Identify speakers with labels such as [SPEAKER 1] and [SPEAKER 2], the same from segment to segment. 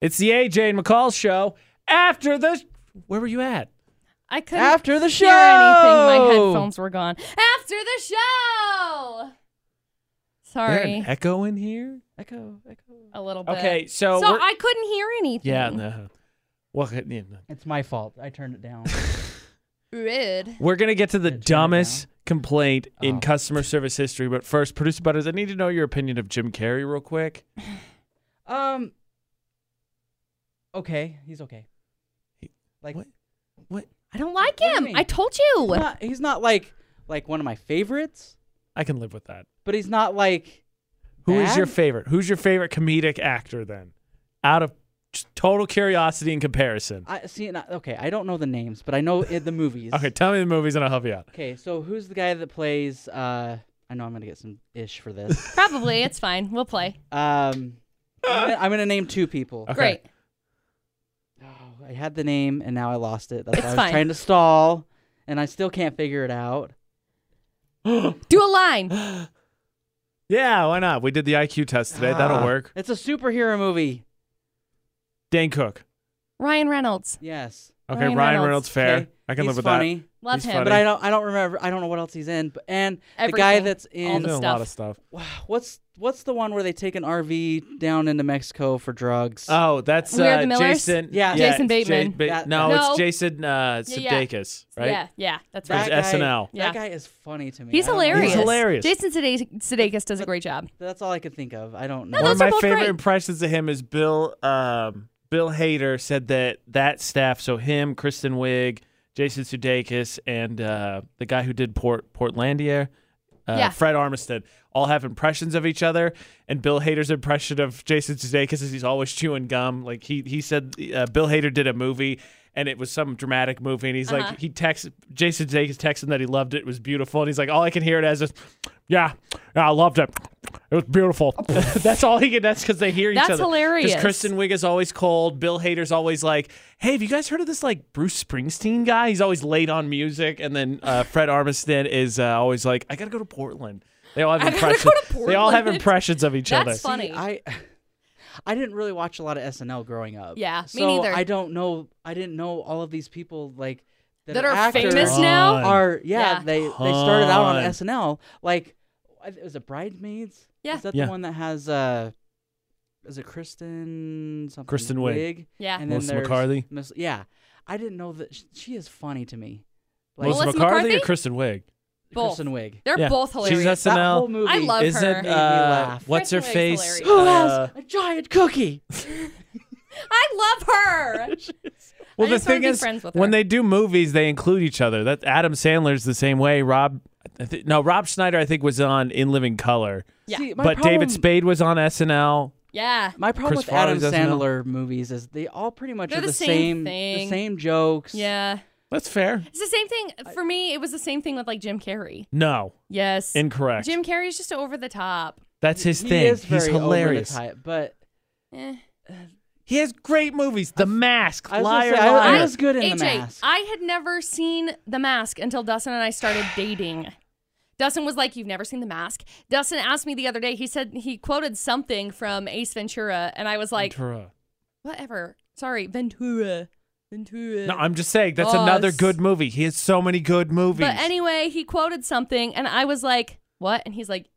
[SPEAKER 1] It's the AJ and McCall show after the. Where were you at?
[SPEAKER 2] I couldn't
[SPEAKER 3] After the
[SPEAKER 2] hear anything.
[SPEAKER 3] show!
[SPEAKER 2] My headphones were gone. After the show.
[SPEAKER 1] There
[SPEAKER 2] Sorry,
[SPEAKER 1] an echo in here?
[SPEAKER 3] Echo, echo.
[SPEAKER 2] a little bit.
[SPEAKER 1] Okay,
[SPEAKER 2] So
[SPEAKER 1] so. we're-
[SPEAKER 2] I couldn't hear anything.
[SPEAKER 1] yeah, no. Well, yeah, no.
[SPEAKER 4] It's my fault. I turned it down.
[SPEAKER 2] Rude.
[SPEAKER 1] We're going to get to the
[SPEAKER 4] Yeah, turn it
[SPEAKER 1] dumbest complaint in
[SPEAKER 4] Oh.
[SPEAKER 1] customer service history, but first, producer Butters, I need to know your opinion of Jim Carrey real quick.
[SPEAKER 4] um. Okay, he's okay.
[SPEAKER 1] He-
[SPEAKER 4] Like
[SPEAKER 1] what? What?
[SPEAKER 2] I don't like
[SPEAKER 4] What do you
[SPEAKER 2] him.
[SPEAKER 4] mean?
[SPEAKER 2] I told you.
[SPEAKER 4] He's, not, he's not like like one of my favorites,
[SPEAKER 1] I can live with that.
[SPEAKER 4] but he's not like
[SPEAKER 1] Who is your
[SPEAKER 4] Bad?
[SPEAKER 1] favorite? Who's your favorite comedic actor then? Out of just total curiosity and comparison.
[SPEAKER 4] I see. and I- okay, I don't know the names, but I know i- the movies.
[SPEAKER 1] Okay, tell me the movies and I'll help you out.
[SPEAKER 4] Okay, so who's the guy that plays? Uh, I know I'm gonna get some ish for this.
[SPEAKER 2] Probably it's fine. We'll play.
[SPEAKER 4] um, I'm gonna, I'm gonna name two people.
[SPEAKER 1] Okay.
[SPEAKER 2] Great.
[SPEAKER 4] Oh, I had the name and now I lost it. That's
[SPEAKER 2] It's
[SPEAKER 4] why I was
[SPEAKER 2] fine.
[SPEAKER 4] trying to stall, and I still can't figure it out.
[SPEAKER 2] Do a line.
[SPEAKER 1] Yeah, why not? We did the IQ test today. That'll
[SPEAKER 4] Ah,
[SPEAKER 1] work.
[SPEAKER 4] It's a superhero movie.
[SPEAKER 1] Dane Cook.
[SPEAKER 2] Ryan Reynolds.
[SPEAKER 4] Yes,
[SPEAKER 1] Okay, Ryan,
[SPEAKER 2] Ryan
[SPEAKER 1] Reynolds,
[SPEAKER 2] Reynolds,
[SPEAKER 1] fair.
[SPEAKER 4] okay.
[SPEAKER 1] I can
[SPEAKER 4] he's
[SPEAKER 1] live with
[SPEAKER 4] funny,
[SPEAKER 2] Love
[SPEAKER 1] He's
[SPEAKER 2] him.
[SPEAKER 1] funny.
[SPEAKER 4] but I don't. I don't remember. I don't know what else he's in. But and the guy
[SPEAKER 2] Everything.
[SPEAKER 4] that's
[SPEAKER 1] that. He's
[SPEAKER 4] in
[SPEAKER 1] in
[SPEAKER 2] the
[SPEAKER 1] a lot of stuff.
[SPEAKER 4] Wow, what's what's the one where they take an RV down into Mexico for drugs?
[SPEAKER 1] Oh, that's
[SPEAKER 2] We Are
[SPEAKER 1] uh,
[SPEAKER 2] the Millers?
[SPEAKER 1] Jason.
[SPEAKER 4] Yeah.
[SPEAKER 2] Jason
[SPEAKER 1] it's Jay-
[SPEAKER 2] Bateman.
[SPEAKER 1] Ba-
[SPEAKER 4] That-
[SPEAKER 1] no,
[SPEAKER 2] No.
[SPEAKER 1] it's Jason uh,
[SPEAKER 2] Yeah, yeah.
[SPEAKER 1] Sudeikis, right?
[SPEAKER 2] Yeah, yeah, that's
[SPEAKER 1] That-
[SPEAKER 2] right.
[SPEAKER 1] It's SNL.
[SPEAKER 4] That
[SPEAKER 2] Yeah.
[SPEAKER 4] guy is funny to me.
[SPEAKER 2] He's
[SPEAKER 4] I don't know
[SPEAKER 2] hilarious.
[SPEAKER 1] He's
[SPEAKER 4] why.
[SPEAKER 1] hilarious.
[SPEAKER 2] Jason Sude- Sudeikis does a great job.
[SPEAKER 4] That's all I could think of. I don't
[SPEAKER 2] No,
[SPEAKER 4] know.
[SPEAKER 1] One of
[SPEAKER 2] those are
[SPEAKER 1] my
[SPEAKER 2] both
[SPEAKER 1] favorite
[SPEAKER 2] great.
[SPEAKER 1] impressions of him is Bill. Um, Bill Hader said that that staff, so him, Kristen Wiig, Jason Sudeikis, and uh, the guy who did Port Portlandia, uh,
[SPEAKER 2] Yeah.
[SPEAKER 1] Fred Armiston, all have impressions of each other. And Bill Hader's impression of Jason Sudeikis is he's always chewing gum. Like he he said, uh, Bill Hader did a movie. And it was some dramatic movie, and he's
[SPEAKER 2] Uh-huh.
[SPEAKER 1] like, he texts Jason Sudeikis texted him that he loved it, it was beautiful, and he's like, all I can hear it as is, yeah, yeah, I loved it, it was beautiful. that's all he can. That's because they hear each
[SPEAKER 2] That's
[SPEAKER 1] other. 'Cause
[SPEAKER 2] hilarious.
[SPEAKER 1] Kristen Wiig is always cold. Bill Hader's always like, "Hey, have you guys heard of this like Bruce Springsteen guy? He's always late on music." And then uh, Fred Armiston is uh, always like, "I gotta go to Portland." They all have
[SPEAKER 2] I gotta go to
[SPEAKER 1] impressions. They all have
[SPEAKER 2] Portland.
[SPEAKER 1] impressions of each
[SPEAKER 2] That's
[SPEAKER 1] other.
[SPEAKER 2] fun. Funny.
[SPEAKER 4] I I didn't really watch a lot of SNL growing up.
[SPEAKER 2] Yeah, me
[SPEAKER 4] so
[SPEAKER 2] neither.
[SPEAKER 4] I don't know. I didn't know all of these people like that,
[SPEAKER 2] That
[SPEAKER 4] are,
[SPEAKER 2] are
[SPEAKER 4] actors
[SPEAKER 2] famous now?
[SPEAKER 1] Ton.
[SPEAKER 4] Are yeah,
[SPEAKER 2] Yeah.
[SPEAKER 4] They they started out on
[SPEAKER 1] Ton.
[SPEAKER 4] SNL. Like I- it was a bridesmaids.
[SPEAKER 2] Yeah.
[SPEAKER 4] Is that
[SPEAKER 1] Yeah.
[SPEAKER 4] the one that has uh? Is it Kristen something?
[SPEAKER 1] Kristen Wiig.
[SPEAKER 2] Yeah.
[SPEAKER 4] And
[SPEAKER 1] Melissa
[SPEAKER 4] then there's
[SPEAKER 1] McCarthy?
[SPEAKER 4] Miss, yeah, I didn't know that sh- she is funny to me. Like
[SPEAKER 1] Melissa
[SPEAKER 2] Melissa
[SPEAKER 1] McCarthy, or
[SPEAKER 2] McCarthy?
[SPEAKER 1] Kristen Wiig?
[SPEAKER 2] Both.
[SPEAKER 4] Kristen Wiig.
[SPEAKER 2] They're
[SPEAKER 1] Yeah.
[SPEAKER 2] both
[SPEAKER 1] She's
[SPEAKER 2] hilarious.
[SPEAKER 1] SNL.
[SPEAKER 4] That whole movie.
[SPEAKER 2] I love
[SPEAKER 1] Isn't
[SPEAKER 2] her.
[SPEAKER 4] Made me
[SPEAKER 1] uh,
[SPEAKER 4] laugh.
[SPEAKER 1] what's her
[SPEAKER 2] Kristen Wiig's
[SPEAKER 1] face?
[SPEAKER 2] hilarious.
[SPEAKER 4] Who
[SPEAKER 1] Uh,
[SPEAKER 4] has a giant cookie?
[SPEAKER 2] I love her.
[SPEAKER 1] Well,
[SPEAKER 2] I
[SPEAKER 1] the
[SPEAKER 2] just wanna
[SPEAKER 1] thing
[SPEAKER 2] be
[SPEAKER 1] is,
[SPEAKER 2] friends with
[SPEAKER 1] when
[SPEAKER 2] her.
[SPEAKER 1] they do movies, they include each other. That Adam Sandler's the same way. Rob, I thi- no, Rob Schneider, I think was on In Living Color,
[SPEAKER 2] Yeah.
[SPEAKER 4] See, my
[SPEAKER 1] but
[SPEAKER 4] problem-
[SPEAKER 1] David Spade was on SNL.
[SPEAKER 2] yeah.
[SPEAKER 4] My problem
[SPEAKER 1] Chris
[SPEAKER 4] with Adam
[SPEAKER 1] Farley doesn't know.
[SPEAKER 4] Sandler movies is they all pretty much
[SPEAKER 2] They're
[SPEAKER 4] are
[SPEAKER 2] the
[SPEAKER 4] the,
[SPEAKER 2] same
[SPEAKER 4] same,
[SPEAKER 2] thing.
[SPEAKER 4] the same jokes.
[SPEAKER 2] Yeah.
[SPEAKER 1] That's fair.
[SPEAKER 2] It's the same thing for me. It was the same thing with like Jim Carrey.
[SPEAKER 1] No,
[SPEAKER 2] Yes.
[SPEAKER 1] incorrect.
[SPEAKER 2] Jim Carrey's just over the top.
[SPEAKER 1] That's his
[SPEAKER 4] he
[SPEAKER 1] thing.
[SPEAKER 4] Is very
[SPEAKER 1] He's
[SPEAKER 4] over the
[SPEAKER 1] hilarious.
[SPEAKER 4] type, but
[SPEAKER 2] Eh.
[SPEAKER 1] He has great movies. The Mask,
[SPEAKER 4] I was,
[SPEAKER 1] Liar,
[SPEAKER 4] gonna say, I, I
[SPEAKER 1] Liar.
[SPEAKER 4] was good in
[SPEAKER 2] AJ,
[SPEAKER 4] the mask.
[SPEAKER 2] I had never seen The Mask until Dustin and I started dating. Dustin was like, "You've never seen The Mask." Dustin asked me the other day. He said he quoted something from Ace Ventura, and I was like,
[SPEAKER 1] Ventura.
[SPEAKER 2] "Whatever." Sorry, Ventura. Ventura.
[SPEAKER 1] No, I'm just saying that's
[SPEAKER 2] Us.
[SPEAKER 1] another good movie. He has so many good movies.
[SPEAKER 2] But anyway, he quoted something, and I was like, "What?" And he's like,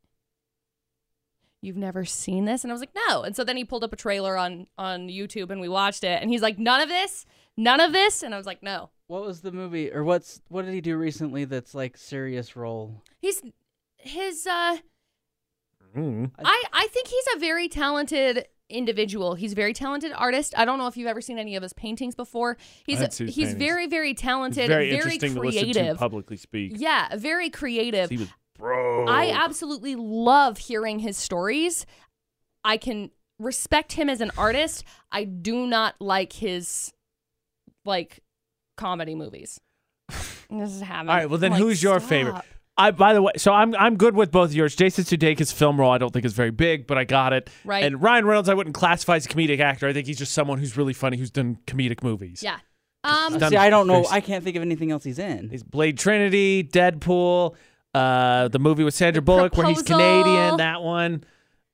[SPEAKER 2] "You've never seen this?" And I was like, "No." And so then he pulled up a trailer on on YouTube, and we watched it, and he's like, "None of this, none of this," and I was like, "No."
[SPEAKER 4] what was the movie, or what's what did he do recently that's like serious role?
[SPEAKER 2] He's his. uh
[SPEAKER 1] Mm.
[SPEAKER 2] I I think he's a very talented individual. He's a very talented artist. I don't know if you've ever seen any of his paintings before. He's
[SPEAKER 1] I'd see his
[SPEAKER 2] he's
[SPEAKER 1] paintings.
[SPEAKER 2] very very talented,
[SPEAKER 1] It's very,
[SPEAKER 2] very
[SPEAKER 1] interesting to listen to
[SPEAKER 2] creative.
[SPEAKER 1] publicly speak.
[SPEAKER 2] Yeah, very creative.
[SPEAKER 1] He was bro.
[SPEAKER 2] I absolutely love hearing his stories. I can respect him as an artist. I do not like his like comedy movies. This is happening.
[SPEAKER 1] All right. Well, then who's your favorite? I, by the way, so I'm I'm good with both of yours. Jason Sudeikis' film role I don't think is very big, but I got it.
[SPEAKER 2] Right.
[SPEAKER 1] And Ryan Reynolds I wouldn't classify as a comedic actor. I think he's just someone who's really funny, who's done comedic movies.
[SPEAKER 2] Yeah. Um
[SPEAKER 1] Done
[SPEAKER 4] See, I don't know.
[SPEAKER 1] first-
[SPEAKER 4] I can't think of anything else he's in.
[SPEAKER 1] He's Blade Trinity, Deadpool, uh, the movie with Sandra
[SPEAKER 2] The
[SPEAKER 1] Bullock where he's
[SPEAKER 2] Proposal.
[SPEAKER 1] Canadian. That one.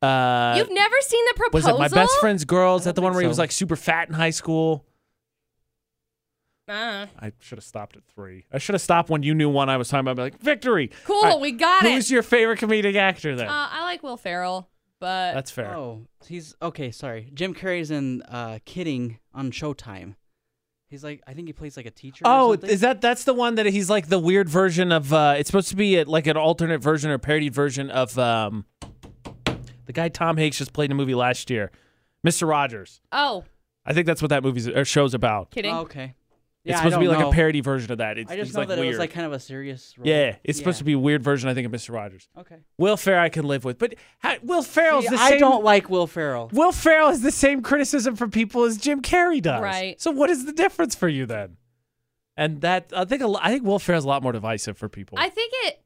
[SPEAKER 1] Uh,
[SPEAKER 2] You've never seen the
[SPEAKER 1] was
[SPEAKER 2] proposal?
[SPEAKER 1] it my best friend's girl? Is
[SPEAKER 4] I
[SPEAKER 1] that the
[SPEAKER 4] don't
[SPEAKER 1] one
[SPEAKER 4] think
[SPEAKER 1] where he was
[SPEAKER 4] so.
[SPEAKER 1] like super fat in high school?
[SPEAKER 2] Uh,
[SPEAKER 1] I should have stopped at three. I should have stopped when you knew one I was talking about. I'd be like, victory.
[SPEAKER 2] cool,
[SPEAKER 1] All right,
[SPEAKER 2] we got it.
[SPEAKER 1] Who's your favorite comedic actor then?
[SPEAKER 2] Uh, I like Will Ferrell, but
[SPEAKER 1] That's fair.
[SPEAKER 4] Oh, he's okay. Sorry, Jim Carrey's in uh, Kidding on Showtime. He's like, I think he plays like a teacher.
[SPEAKER 1] Oh,
[SPEAKER 4] or something.
[SPEAKER 1] is that that's the one that he's like the weird version of? uh It's supposed to be a, like an alternate version or parodied version of um the guy Tom Hanks just played in a movie last year, Mister Rogers.
[SPEAKER 2] oh,
[SPEAKER 1] I think that's what that movie's or show's about.
[SPEAKER 2] kidding.
[SPEAKER 4] Oh, okay. Yeah,
[SPEAKER 1] it's
[SPEAKER 4] I
[SPEAKER 1] supposed to be
[SPEAKER 4] don't
[SPEAKER 1] like
[SPEAKER 4] know.
[SPEAKER 1] a parody version of that. It's,
[SPEAKER 4] I just
[SPEAKER 1] he's,
[SPEAKER 4] know
[SPEAKER 1] like
[SPEAKER 4] that
[SPEAKER 1] weird.
[SPEAKER 4] it was like kind of a serious. Role.
[SPEAKER 1] yeah, it's supposed to be a weird version. I think of Mister Rogers.
[SPEAKER 4] Okay.
[SPEAKER 1] Will Ferrell I could live with, but how, Will Ferrell's
[SPEAKER 4] See,
[SPEAKER 1] Oh, the
[SPEAKER 4] I
[SPEAKER 1] same.
[SPEAKER 4] don't like Will Ferrell.
[SPEAKER 1] Will Ferrell has the same criticism from people as Jim Carrey does.
[SPEAKER 2] Right.
[SPEAKER 1] So what is the difference for you then? And that I think a lo- I think Will Ferrell's a lot more divisive for people.
[SPEAKER 2] I think it.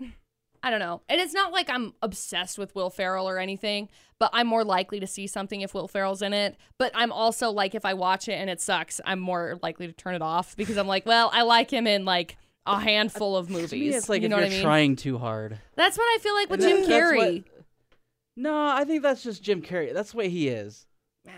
[SPEAKER 2] I don't know, and it's not like I'm obsessed with Will Ferrell or anything, but I'm more likely to see something if Will Ferrell's in it. But I'm also like, if I watch it and it sucks, I'm more likely to turn it off because I'm like, well, I like him in like a handful of movies.
[SPEAKER 4] To me, it's like
[SPEAKER 2] you
[SPEAKER 4] if
[SPEAKER 2] know
[SPEAKER 4] you're
[SPEAKER 2] what I mean?
[SPEAKER 4] trying too hard.
[SPEAKER 2] That's what I feel like with
[SPEAKER 4] That-
[SPEAKER 2] Jim
[SPEAKER 4] that's what-
[SPEAKER 2] Carrey.
[SPEAKER 4] no, I think that's just Jim Carrey. That's the way he is.
[SPEAKER 2] Nah,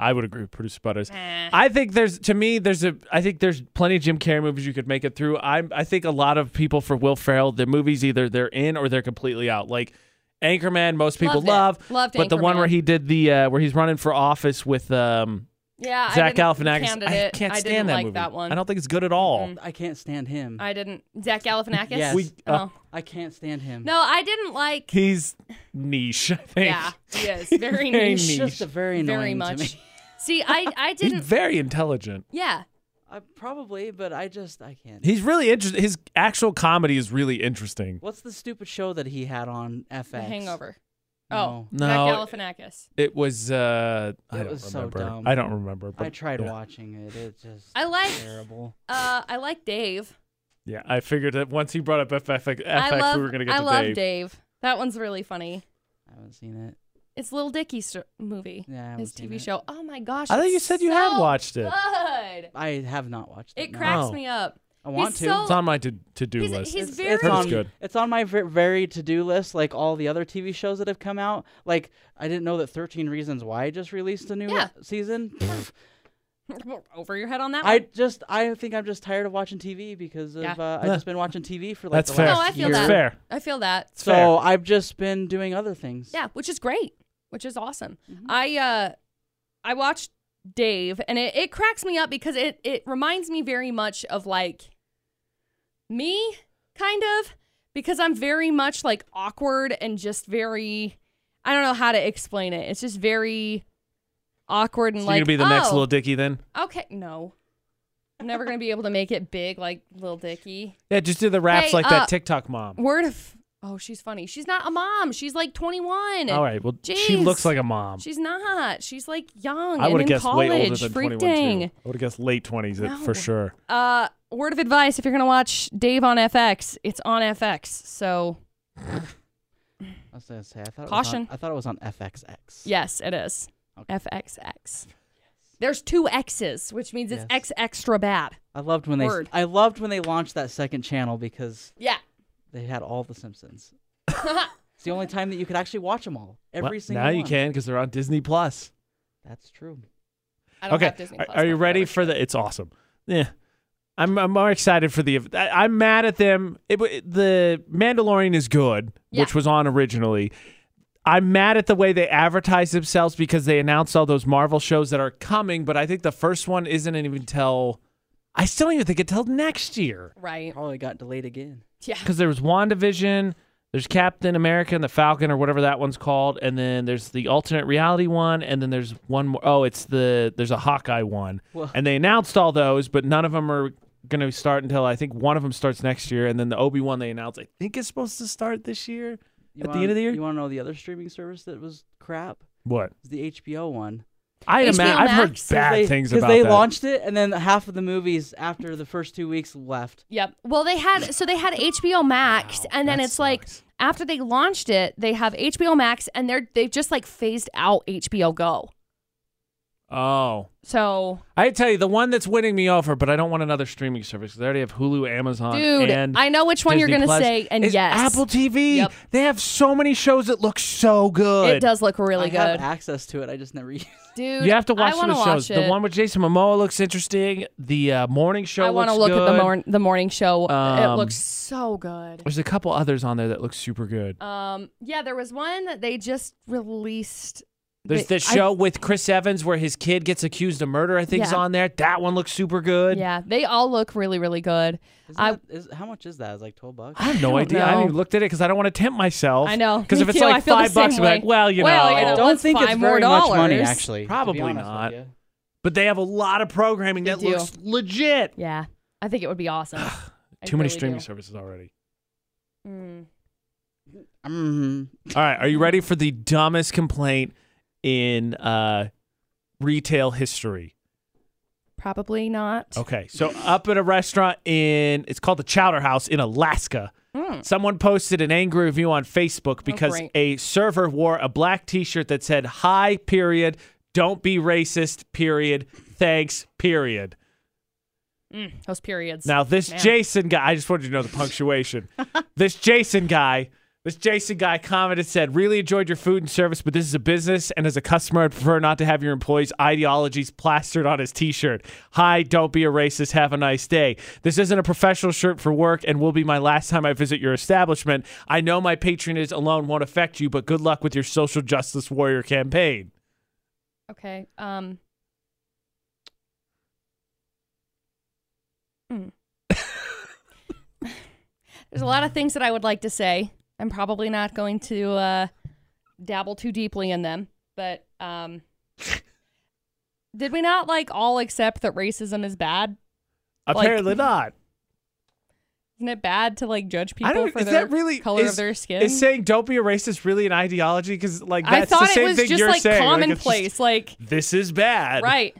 [SPEAKER 1] I would agree with producer Butters.
[SPEAKER 2] nah.
[SPEAKER 1] I think there's to me there's a I think there's plenty of Jim Carrey movies you could make it through. I I think a lot of people for Will Ferrell the movies either they're in or they're completely out. Like Anchorman, most people
[SPEAKER 2] Loved
[SPEAKER 1] love,
[SPEAKER 2] it. Loved
[SPEAKER 1] but the one
[SPEAKER 2] Anchorman.
[SPEAKER 1] where he did the uh, where he's running for office with um,
[SPEAKER 2] yeah,
[SPEAKER 1] Zach
[SPEAKER 2] I didn't-
[SPEAKER 1] Galifianakis, I
[SPEAKER 2] Candidate.
[SPEAKER 1] can't
[SPEAKER 2] I
[SPEAKER 1] stand
[SPEAKER 2] didn't
[SPEAKER 1] that
[SPEAKER 2] like
[SPEAKER 1] movie.
[SPEAKER 2] that one.
[SPEAKER 1] I don't think it's good at all.
[SPEAKER 2] Mm-mm.
[SPEAKER 4] I can't stand him. I,
[SPEAKER 2] I didn't. Zach Galifianakis.
[SPEAKER 4] Yes.
[SPEAKER 1] We- uh,
[SPEAKER 2] oh.
[SPEAKER 4] can't stand him.
[SPEAKER 2] No, I didn't like.
[SPEAKER 1] He's niche. I think.
[SPEAKER 2] Yeah, yes,
[SPEAKER 1] Very
[SPEAKER 2] very niche.
[SPEAKER 4] he's just a very annoying
[SPEAKER 2] Very
[SPEAKER 4] to
[SPEAKER 2] much.
[SPEAKER 4] me.
[SPEAKER 2] See, I I
[SPEAKER 1] He's
[SPEAKER 2] didn't.
[SPEAKER 1] very intelligent.
[SPEAKER 2] Yeah,
[SPEAKER 4] I, probably, but I just I can't.
[SPEAKER 1] He's really interesting. His actual comedy is really interesting.
[SPEAKER 4] What's the stupid show that he had on FX?
[SPEAKER 2] The Hangover. Oh,
[SPEAKER 1] No. No.
[SPEAKER 2] Zach Galifianakis.
[SPEAKER 1] It was. Uh, I
[SPEAKER 4] It
[SPEAKER 1] don't
[SPEAKER 4] was so
[SPEAKER 1] remember.
[SPEAKER 4] dumb.
[SPEAKER 1] I don't remember. But
[SPEAKER 4] I tried
[SPEAKER 1] yeah.
[SPEAKER 4] watching it. It just
[SPEAKER 2] Oh. I like-
[SPEAKER 4] terrible.
[SPEAKER 2] Uh, I like Dave.
[SPEAKER 1] Yeah, I figured that once he brought up FX,
[SPEAKER 2] I
[SPEAKER 1] FX
[SPEAKER 2] love.
[SPEAKER 1] we were gonna get
[SPEAKER 2] I
[SPEAKER 1] to
[SPEAKER 2] love
[SPEAKER 1] Dave.
[SPEAKER 2] That one's really funny.
[SPEAKER 4] I haven't seen it.
[SPEAKER 2] It's Lil Dicky's st- movie,
[SPEAKER 4] Yeah, I haven't
[SPEAKER 2] his
[SPEAKER 4] seen
[SPEAKER 2] TV
[SPEAKER 4] it.
[SPEAKER 2] show. Oh my gosh!
[SPEAKER 1] I thought
[SPEAKER 2] it's
[SPEAKER 1] you said you had
[SPEAKER 2] so
[SPEAKER 1] watched it.
[SPEAKER 2] Good.
[SPEAKER 4] I have not watched it.
[SPEAKER 2] It
[SPEAKER 4] no.
[SPEAKER 2] cracks
[SPEAKER 1] Oh.
[SPEAKER 2] me up.
[SPEAKER 4] I want
[SPEAKER 2] he's
[SPEAKER 4] to.
[SPEAKER 2] so-
[SPEAKER 1] It's on my to to do
[SPEAKER 2] He's-
[SPEAKER 1] list.
[SPEAKER 2] he's-
[SPEAKER 4] it's,
[SPEAKER 2] very-
[SPEAKER 4] it's
[SPEAKER 1] That's
[SPEAKER 4] on,
[SPEAKER 1] good.
[SPEAKER 4] It's on my ver- very to-do list, like all the other TV shows that have come out. Like I didn't know that Thirteen Reasons Why just released a new
[SPEAKER 2] Yeah.
[SPEAKER 4] season. Pff,
[SPEAKER 2] Over your head on that
[SPEAKER 4] I
[SPEAKER 2] one.
[SPEAKER 4] just, I think I'm just tired of watching TV because of
[SPEAKER 2] Yeah.
[SPEAKER 4] uh, I've
[SPEAKER 1] Yeah.
[SPEAKER 4] just been watching TV for like
[SPEAKER 1] That's
[SPEAKER 4] the
[SPEAKER 1] fair.
[SPEAKER 2] No, I
[SPEAKER 4] last
[SPEAKER 2] feel
[SPEAKER 4] year.
[SPEAKER 1] It's
[SPEAKER 2] that.
[SPEAKER 1] fair.
[SPEAKER 2] I feel that.
[SPEAKER 1] It's
[SPEAKER 4] So
[SPEAKER 1] fair.
[SPEAKER 4] I've just been doing other things.
[SPEAKER 2] Yeah, which is great, which is awesome.
[SPEAKER 1] Mm-hmm.
[SPEAKER 2] I uh I watched Dave and it, it cracks me up because it it reminds me very much of like me kind of because I'm very much like awkward and just very I don't know how to explain it. It's just very awkward and
[SPEAKER 1] So
[SPEAKER 2] like
[SPEAKER 1] you're gonna be the next
[SPEAKER 2] "Oh,
[SPEAKER 1] little Dicky then.
[SPEAKER 2] Okay, no. I'm never going to be able to make it big like Lil Dicky.
[SPEAKER 1] Yeah, just do the raps
[SPEAKER 2] Hey,
[SPEAKER 1] like
[SPEAKER 2] uh,
[SPEAKER 1] that TikTok mom.
[SPEAKER 2] Word of Oh, she's funny. She's not a mom. She's like 21.
[SPEAKER 1] All right, well she
[SPEAKER 2] Jeez.
[SPEAKER 1] looks like a mom.
[SPEAKER 2] She's not. She's like young.
[SPEAKER 1] Um, I
[SPEAKER 2] and
[SPEAKER 1] would have
[SPEAKER 2] in
[SPEAKER 1] guessed
[SPEAKER 2] college.
[SPEAKER 1] way older than
[SPEAKER 2] Freak
[SPEAKER 1] 21
[SPEAKER 2] dang.
[SPEAKER 1] too. I would have guessed late 20s it-
[SPEAKER 2] No.
[SPEAKER 1] for sure.
[SPEAKER 2] Uh, word of advice: if you're gonna watch Dave on FX, it's on FX. So
[SPEAKER 4] I was gonna say, I thought It
[SPEAKER 2] Caution.
[SPEAKER 4] was on, I thought it was on FXX.
[SPEAKER 2] yes, it is
[SPEAKER 4] Okay.
[SPEAKER 2] FXX. There's two X's, which means it's
[SPEAKER 4] Yes.
[SPEAKER 2] X extra bad.
[SPEAKER 4] I loved when they. s-
[SPEAKER 2] Word.
[SPEAKER 4] I loved when they launched that second channel because
[SPEAKER 2] Yeah.
[SPEAKER 4] they had all the Simpsons. It's the only time that you could actually watch them all. Every
[SPEAKER 1] Well,
[SPEAKER 4] single
[SPEAKER 1] now
[SPEAKER 4] one.
[SPEAKER 1] you can because they're on Disney Plus.
[SPEAKER 4] That's true.
[SPEAKER 2] I don't
[SPEAKER 1] okay,
[SPEAKER 2] have Disney
[SPEAKER 1] are,
[SPEAKER 2] Plus,
[SPEAKER 1] are you
[SPEAKER 2] but
[SPEAKER 1] ready
[SPEAKER 2] whatever.
[SPEAKER 1] for the? It's awesome. Yeah, I'm. I'm more excited for the. I, I'm mad at them. It, w- the Mandalorian is good,
[SPEAKER 2] Yeah.
[SPEAKER 1] which was on originally. I'm mad at the way they advertise themselves because they announced all those Marvel shows that are coming, but I think the first one isn't even till. I still don't even think until next year
[SPEAKER 2] Right.
[SPEAKER 4] Probably got delayed again.
[SPEAKER 2] Yeah.
[SPEAKER 1] because there was WandaVision, there's Captain America and the Falcon or whatever that one's called, and then there's the alternate reality one, and then there's one more. Oh, it's the there's a Hawkeye one,
[SPEAKER 4] Well-
[SPEAKER 1] and they announced all those, but none of them are going to start until I think one of them starts next year, and then the Obi one they announced I think is supposed to start this year.
[SPEAKER 4] You
[SPEAKER 1] At the
[SPEAKER 4] wanna-
[SPEAKER 1] end of the year?
[SPEAKER 4] you want to know the other streaming service that was crap?
[SPEAKER 1] What
[SPEAKER 4] It's the HBO one.
[SPEAKER 1] I
[SPEAKER 2] HBO
[SPEAKER 1] imagine I've heard
[SPEAKER 2] Max?
[SPEAKER 1] bad
[SPEAKER 4] they,
[SPEAKER 1] things
[SPEAKER 4] 'cause
[SPEAKER 1] about
[SPEAKER 4] they
[SPEAKER 1] that.
[SPEAKER 4] launched it, and then half of the movies after the first two weeks left.
[SPEAKER 2] Yep. Well, they had so they had HBO Max,
[SPEAKER 1] Wow,
[SPEAKER 2] and then
[SPEAKER 1] that
[SPEAKER 2] it's like
[SPEAKER 1] sucks.
[SPEAKER 2] after they launched it, they have HBO Max, and they're they've just like phased out HBO Go.
[SPEAKER 1] Oh,
[SPEAKER 2] So,
[SPEAKER 1] I tell you the one that's winning me over, but I don't want another streaming service. 'cause I already have Hulu, Amazon,
[SPEAKER 2] dude,
[SPEAKER 1] and
[SPEAKER 2] I know which one you're
[SPEAKER 1] Disney
[SPEAKER 2] gonna
[SPEAKER 1] Plus,
[SPEAKER 2] say, and
[SPEAKER 1] is
[SPEAKER 2] yes,
[SPEAKER 1] Apple TV.
[SPEAKER 2] Yep.
[SPEAKER 1] They have so many shows that look so good.
[SPEAKER 2] it does look really
[SPEAKER 4] I have
[SPEAKER 2] good,
[SPEAKER 4] access to it. I just never use.
[SPEAKER 2] dude.
[SPEAKER 1] You have to
[SPEAKER 2] I
[SPEAKER 1] watch
[SPEAKER 2] wanna
[SPEAKER 1] the shows.
[SPEAKER 2] Watch
[SPEAKER 1] The
[SPEAKER 2] it.
[SPEAKER 1] one with Jason Momoa looks interesting. The uh, morning show.
[SPEAKER 2] I want to
[SPEAKER 1] looks
[SPEAKER 2] look at
[SPEAKER 1] good.
[SPEAKER 2] the morning the morning show. it
[SPEAKER 1] Um,
[SPEAKER 2] looks so good.
[SPEAKER 1] There's a couple others on there that look super good.
[SPEAKER 2] Um, yeah, there was one that they just released.
[SPEAKER 1] There's
[SPEAKER 2] They-
[SPEAKER 1] this
[SPEAKER 2] I-
[SPEAKER 1] show with Chris Evans where his kid gets accused of murder. I think is
[SPEAKER 2] Yeah.
[SPEAKER 1] on there. That one looks super good.
[SPEAKER 2] yeah, they all look really, really good.
[SPEAKER 4] Isn't
[SPEAKER 2] I-
[SPEAKER 4] that- is- how much is that? It's like twelve bucks.
[SPEAKER 1] I have no
[SPEAKER 2] I don't
[SPEAKER 1] idea. I haven't
[SPEAKER 2] know.
[SPEAKER 1] even looked at it because I don't want to tempt myself.
[SPEAKER 2] I know.
[SPEAKER 1] Because
[SPEAKER 2] Me
[SPEAKER 1] if it's
[SPEAKER 2] too. I
[SPEAKER 1] like
[SPEAKER 2] feel the
[SPEAKER 1] five bucks,
[SPEAKER 2] same
[SPEAKER 1] I'm like,
[SPEAKER 2] way.
[SPEAKER 1] well, you
[SPEAKER 2] Well,
[SPEAKER 1] know.
[SPEAKER 2] you
[SPEAKER 4] I
[SPEAKER 2] know.
[SPEAKER 4] don't
[SPEAKER 2] That's
[SPEAKER 4] think it's
[SPEAKER 2] five
[SPEAKER 4] very
[SPEAKER 2] more
[SPEAKER 4] much money,
[SPEAKER 2] dollars.
[SPEAKER 4] actually. to be
[SPEAKER 1] Probably
[SPEAKER 4] honest with
[SPEAKER 1] not.
[SPEAKER 4] you.
[SPEAKER 1] But they have a lot of programming
[SPEAKER 2] They
[SPEAKER 1] that
[SPEAKER 2] do.
[SPEAKER 1] looks legit.
[SPEAKER 2] Yeah, I think it would be awesome. I
[SPEAKER 1] Too many
[SPEAKER 2] really
[SPEAKER 1] streaming
[SPEAKER 2] do.
[SPEAKER 1] services already.
[SPEAKER 2] Mm.
[SPEAKER 4] Mhm.
[SPEAKER 1] All right, are you ready for the dumbest complaint in uh, retail history?
[SPEAKER 2] Probably not.
[SPEAKER 1] Okay, so up at a restaurant in it's called the Chowder House in Alaska.
[SPEAKER 2] Mm.
[SPEAKER 1] Someone posted an angry review on Facebook because
[SPEAKER 2] great.
[SPEAKER 1] a server wore a black T-shirt that said "Hi, period. Don't be racist, period. Thanks, period."
[SPEAKER 2] Mm. Those periods.
[SPEAKER 1] Now this
[SPEAKER 2] Man.
[SPEAKER 1] Jason guy, I just wanted you to know the punctuation. this Jason guy, this Jason guy commented said, "Really enjoyed your food and service, but this is a business, and as a customer, I'd prefer not to have your employee's ideologies plastered on his T-shirt. Hi, don't be a racist. Have a nice day. This isn't a professional shirt for work, and will be my last time I visit your establishment. I know my patronage alone won't affect you, but good luck with your social justice warrior campaign."
[SPEAKER 2] Okay. Um. Mm. There's a lot of things that I would like to say. I'm probably not going to uh, dabble too deeply in them, but um, did we not like all accept that racism is bad? Like-
[SPEAKER 1] Apparently not.
[SPEAKER 2] Isn't it bad to like judge people
[SPEAKER 1] I don't.
[SPEAKER 2] for
[SPEAKER 1] Is
[SPEAKER 2] their
[SPEAKER 1] that really
[SPEAKER 2] color
[SPEAKER 1] is-
[SPEAKER 2] of their skin?
[SPEAKER 1] Is saying "don't be a racist" really an ideology? Because like that's
[SPEAKER 2] I thought
[SPEAKER 1] the same
[SPEAKER 2] it was
[SPEAKER 1] thing
[SPEAKER 2] just
[SPEAKER 1] you're
[SPEAKER 2] like
[SPEAKER 1] saying. Like, it's
[SPEAKER 2] commonplace, like
[SPEAKER 1] just, this is bad.
[SPEAKER 2] right.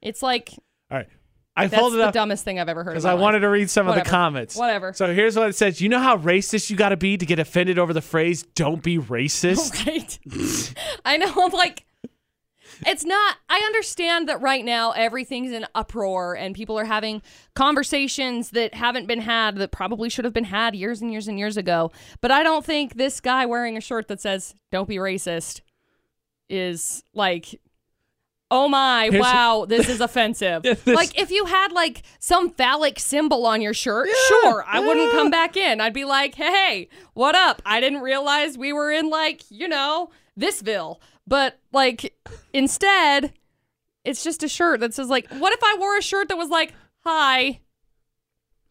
[SPEAKER 2] It's like
[SPEAKER 1] All right. I
[SPEAKER 2] that's
[SPEAKER 1] folded
[SPEAKER 2] the
[SPEAKER 1] up
[SPEAKER 2] dumbest thing I've ever heard. in
[SPEAKER 1] because
[SPEAKER 2] my
[SPEAKER 1] I
[SPEAKER 2] life.
[SPEAKER 1] wanted to read some of the
[SPEAKER 2] Whatever.
[SPEAKER 1] comments.
[SPEAKER 2] Whatever.
[SPEAKER 1] So here's what it says. You know how racist you got to be to get offended over the phrase "don't be
[SPEAKER 2] Oh,
[SPEAKER 1] racist."
[SPEAKER 2] Right. I know. I'm like, it's not. I understand that right now everything's in uproar and people are having conversations that haven't been had that probably should have been had years and years and years ago. But I don't think this guy wearing a shirt that says "Don't be racist" is like. Oh my,
[SPEAKER 1] Here's-
[SPEAKER 2] wow, this is offensive.
[SPEAKER 1] This-
[SPEAKER 2] like, if you had like some phallic symbol on your shirt, sure, I wouldn't
[SPEAKER 1] yeah.
[SPEAKER 2] come back in. I'd be like, hey, what up? I didn't realize we were in like, you know, thisville. But like instead, it's just a shirt that says like, what if I wore a shirt that was like, hi,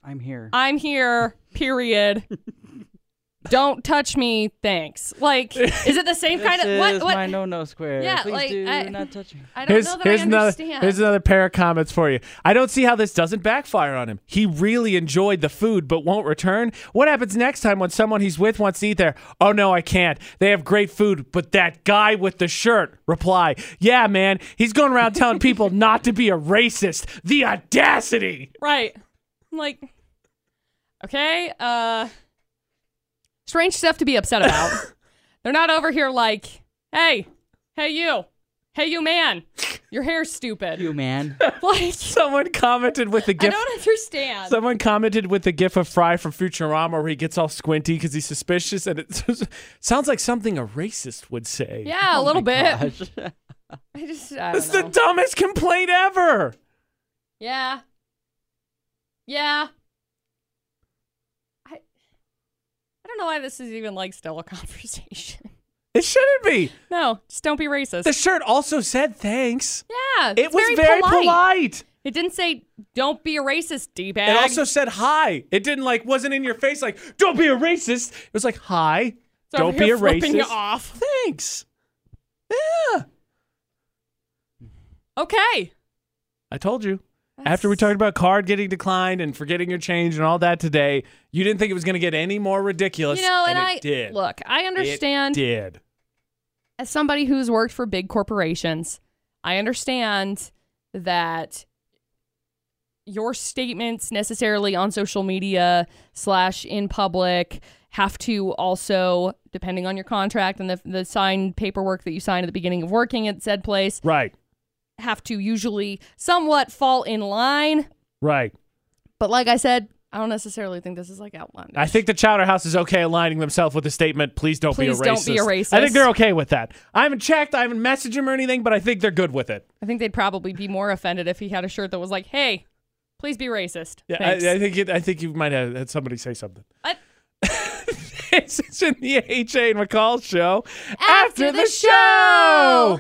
[SPEAKER 4] I'm here.
[SPEAKER 2] I'm here, period. Don't touch me, thanks. Like, is it the same kind of
[SPEAKER 4] this
[SPEAKER 2] what
[SPEAKER 4] is
[SPEAKER 2] what
[SPEAKER 4] my no-no square.
[SPEAKER 2] Yeah,
[SPEAKER 4] Please
[SPEAKER 2] like,
[SPEAKER 4] do
[SPEAKER 2] I-
[SPEAKER 4] not touch me.
[SPEAKER 2] I don't
[SPEAKER 1] Here's,
[SPEAKER 2] know that
[SPEAKER 1] here's
[SPEAKER 2] I
[SPEAKER 1] another
[SPEAKER 2] understand.
[SPEAKER 1] here's another pair of comments for you. I don't see how this doesn't backfire on him. He really enjoyed the food but won't return. What happens next time when someone he's with wants to eat there? Oh no, I can't. They have great food, but that guy with the shirt reply, "Yeah, man, he's going around telling people not to be a racist. The audacity."
[SPEAKER 2] Right. I'm like, okay, uh, strange stuff to be upset about. They're not over here like, hey, hey, you, hey, you, man, your hair's stupid.
[SPEAKER 4] You man.
[SPEAKER 2] Like,
[SPEAKER 1] Someone commented with the
[SPEAKER 2] I
[SPEAKER 1] gift
[SPEAKER 2] don't understand.
[SPEAKER 1] Someone commented with the gif of Fry from Futurama where he gets all squinty because he's suspicious, and it sounds like something a racist would say.
[SPEAKER 2] yeah, a
[SPEAKER 1] Oh
[SPEAKER 2] little bit.
[SPEAKER 4] Gosh.
[SPEAKER 2] I just, I
[SPEAKER 1] That's
[SPEAKER 2] don't
[SPEAKER 1] the
[SPEAKER 2] know.
[SPEAKER 1] dumbest complaint ever.
[SPEAKER 2] yeah. Yeah. I, I don't know why this is even like still a conversation.
[SPEAKER 1] It shouldn't be.
[SPEAKER 2] no, just don't be racist.
[SPEAKER 1] The shirt also said thanks.
[SPEAKER 2] yeah,
[SPEAKER 1] It
[SPEAKER 2] it's
[SPEAKER 1] was very polite.
[SPEAKER 2] It didn't say "Don't be a racist, d-bag."
[SPEAKER 1] It also said hi. It didn't like wasn't in your face like don't be a racist. It was like hi.
[SPEAKER 2] So
[SPEAKER 1] don't
[SPEAKER 2] I'm
[SPEAKER 1] be
[SPEAKER 2] here
[SPEAKER 1] a
[SPEAKER 2] flipping you
[SPEAKER 1] racist.
[SPEAKER 2] off.
[SPEAKER 1] Thanks. Yeah.
[SPEAKER 2] Okay.
[SPEAKER 1] I told you. After we talked about card getting declined and forgetting your change and all that today, you didn't think it was going to get any more ridiculous.
[SPEAKER 2] you know, and,
[SPEAKER 1] it
[SPEAKER 2] I
[SPEAKER 1] did.
[SPEAKER 2] look. I
[SPEAKER 1] It
[SPEAKER 2] understand
[SPEAKER 1] did.
[SPEAKER 2] as somebody who's worked for big corporations, I understand that your statements necessarily on social media slash in public have to also, depending on your contract and the the signed paperwork that you signed at the beginning of working at said place,
[SPEAKER 1] Right.
[SPEAKER 2] have to usually somewhat fall in line.
[SPEAKER 1] Right.
[SPEAKER 2] But like I said, I don't necessarily think this is like outlandish.
[SPEAKER 1] I think the Chowder House is okay aligning themselves with the statement, please don't
[SPEAKER 2] Please
[SPEAKER 1] be a racist.
[SPEAKER 2] don't be a racist.
[SPEAKER 1] I think they're okay with that. I haven't checked, I haven't messaged him or anything, but I think they're good with it.
[SPEAKER 2] I think they'd probably be more offended if he had a shirt that was like, "Hey, please be racist."
[SPEAKER 1] Yeah,
[SPEAKER 2] Thanks.
[SPEAKER 1] I, I think it, I think you might have had somebody say something.
[SPEAKER 2] What?
[SPEAKER 1] this is in the AJ and McCall show
[SPEAKER 2] After the show!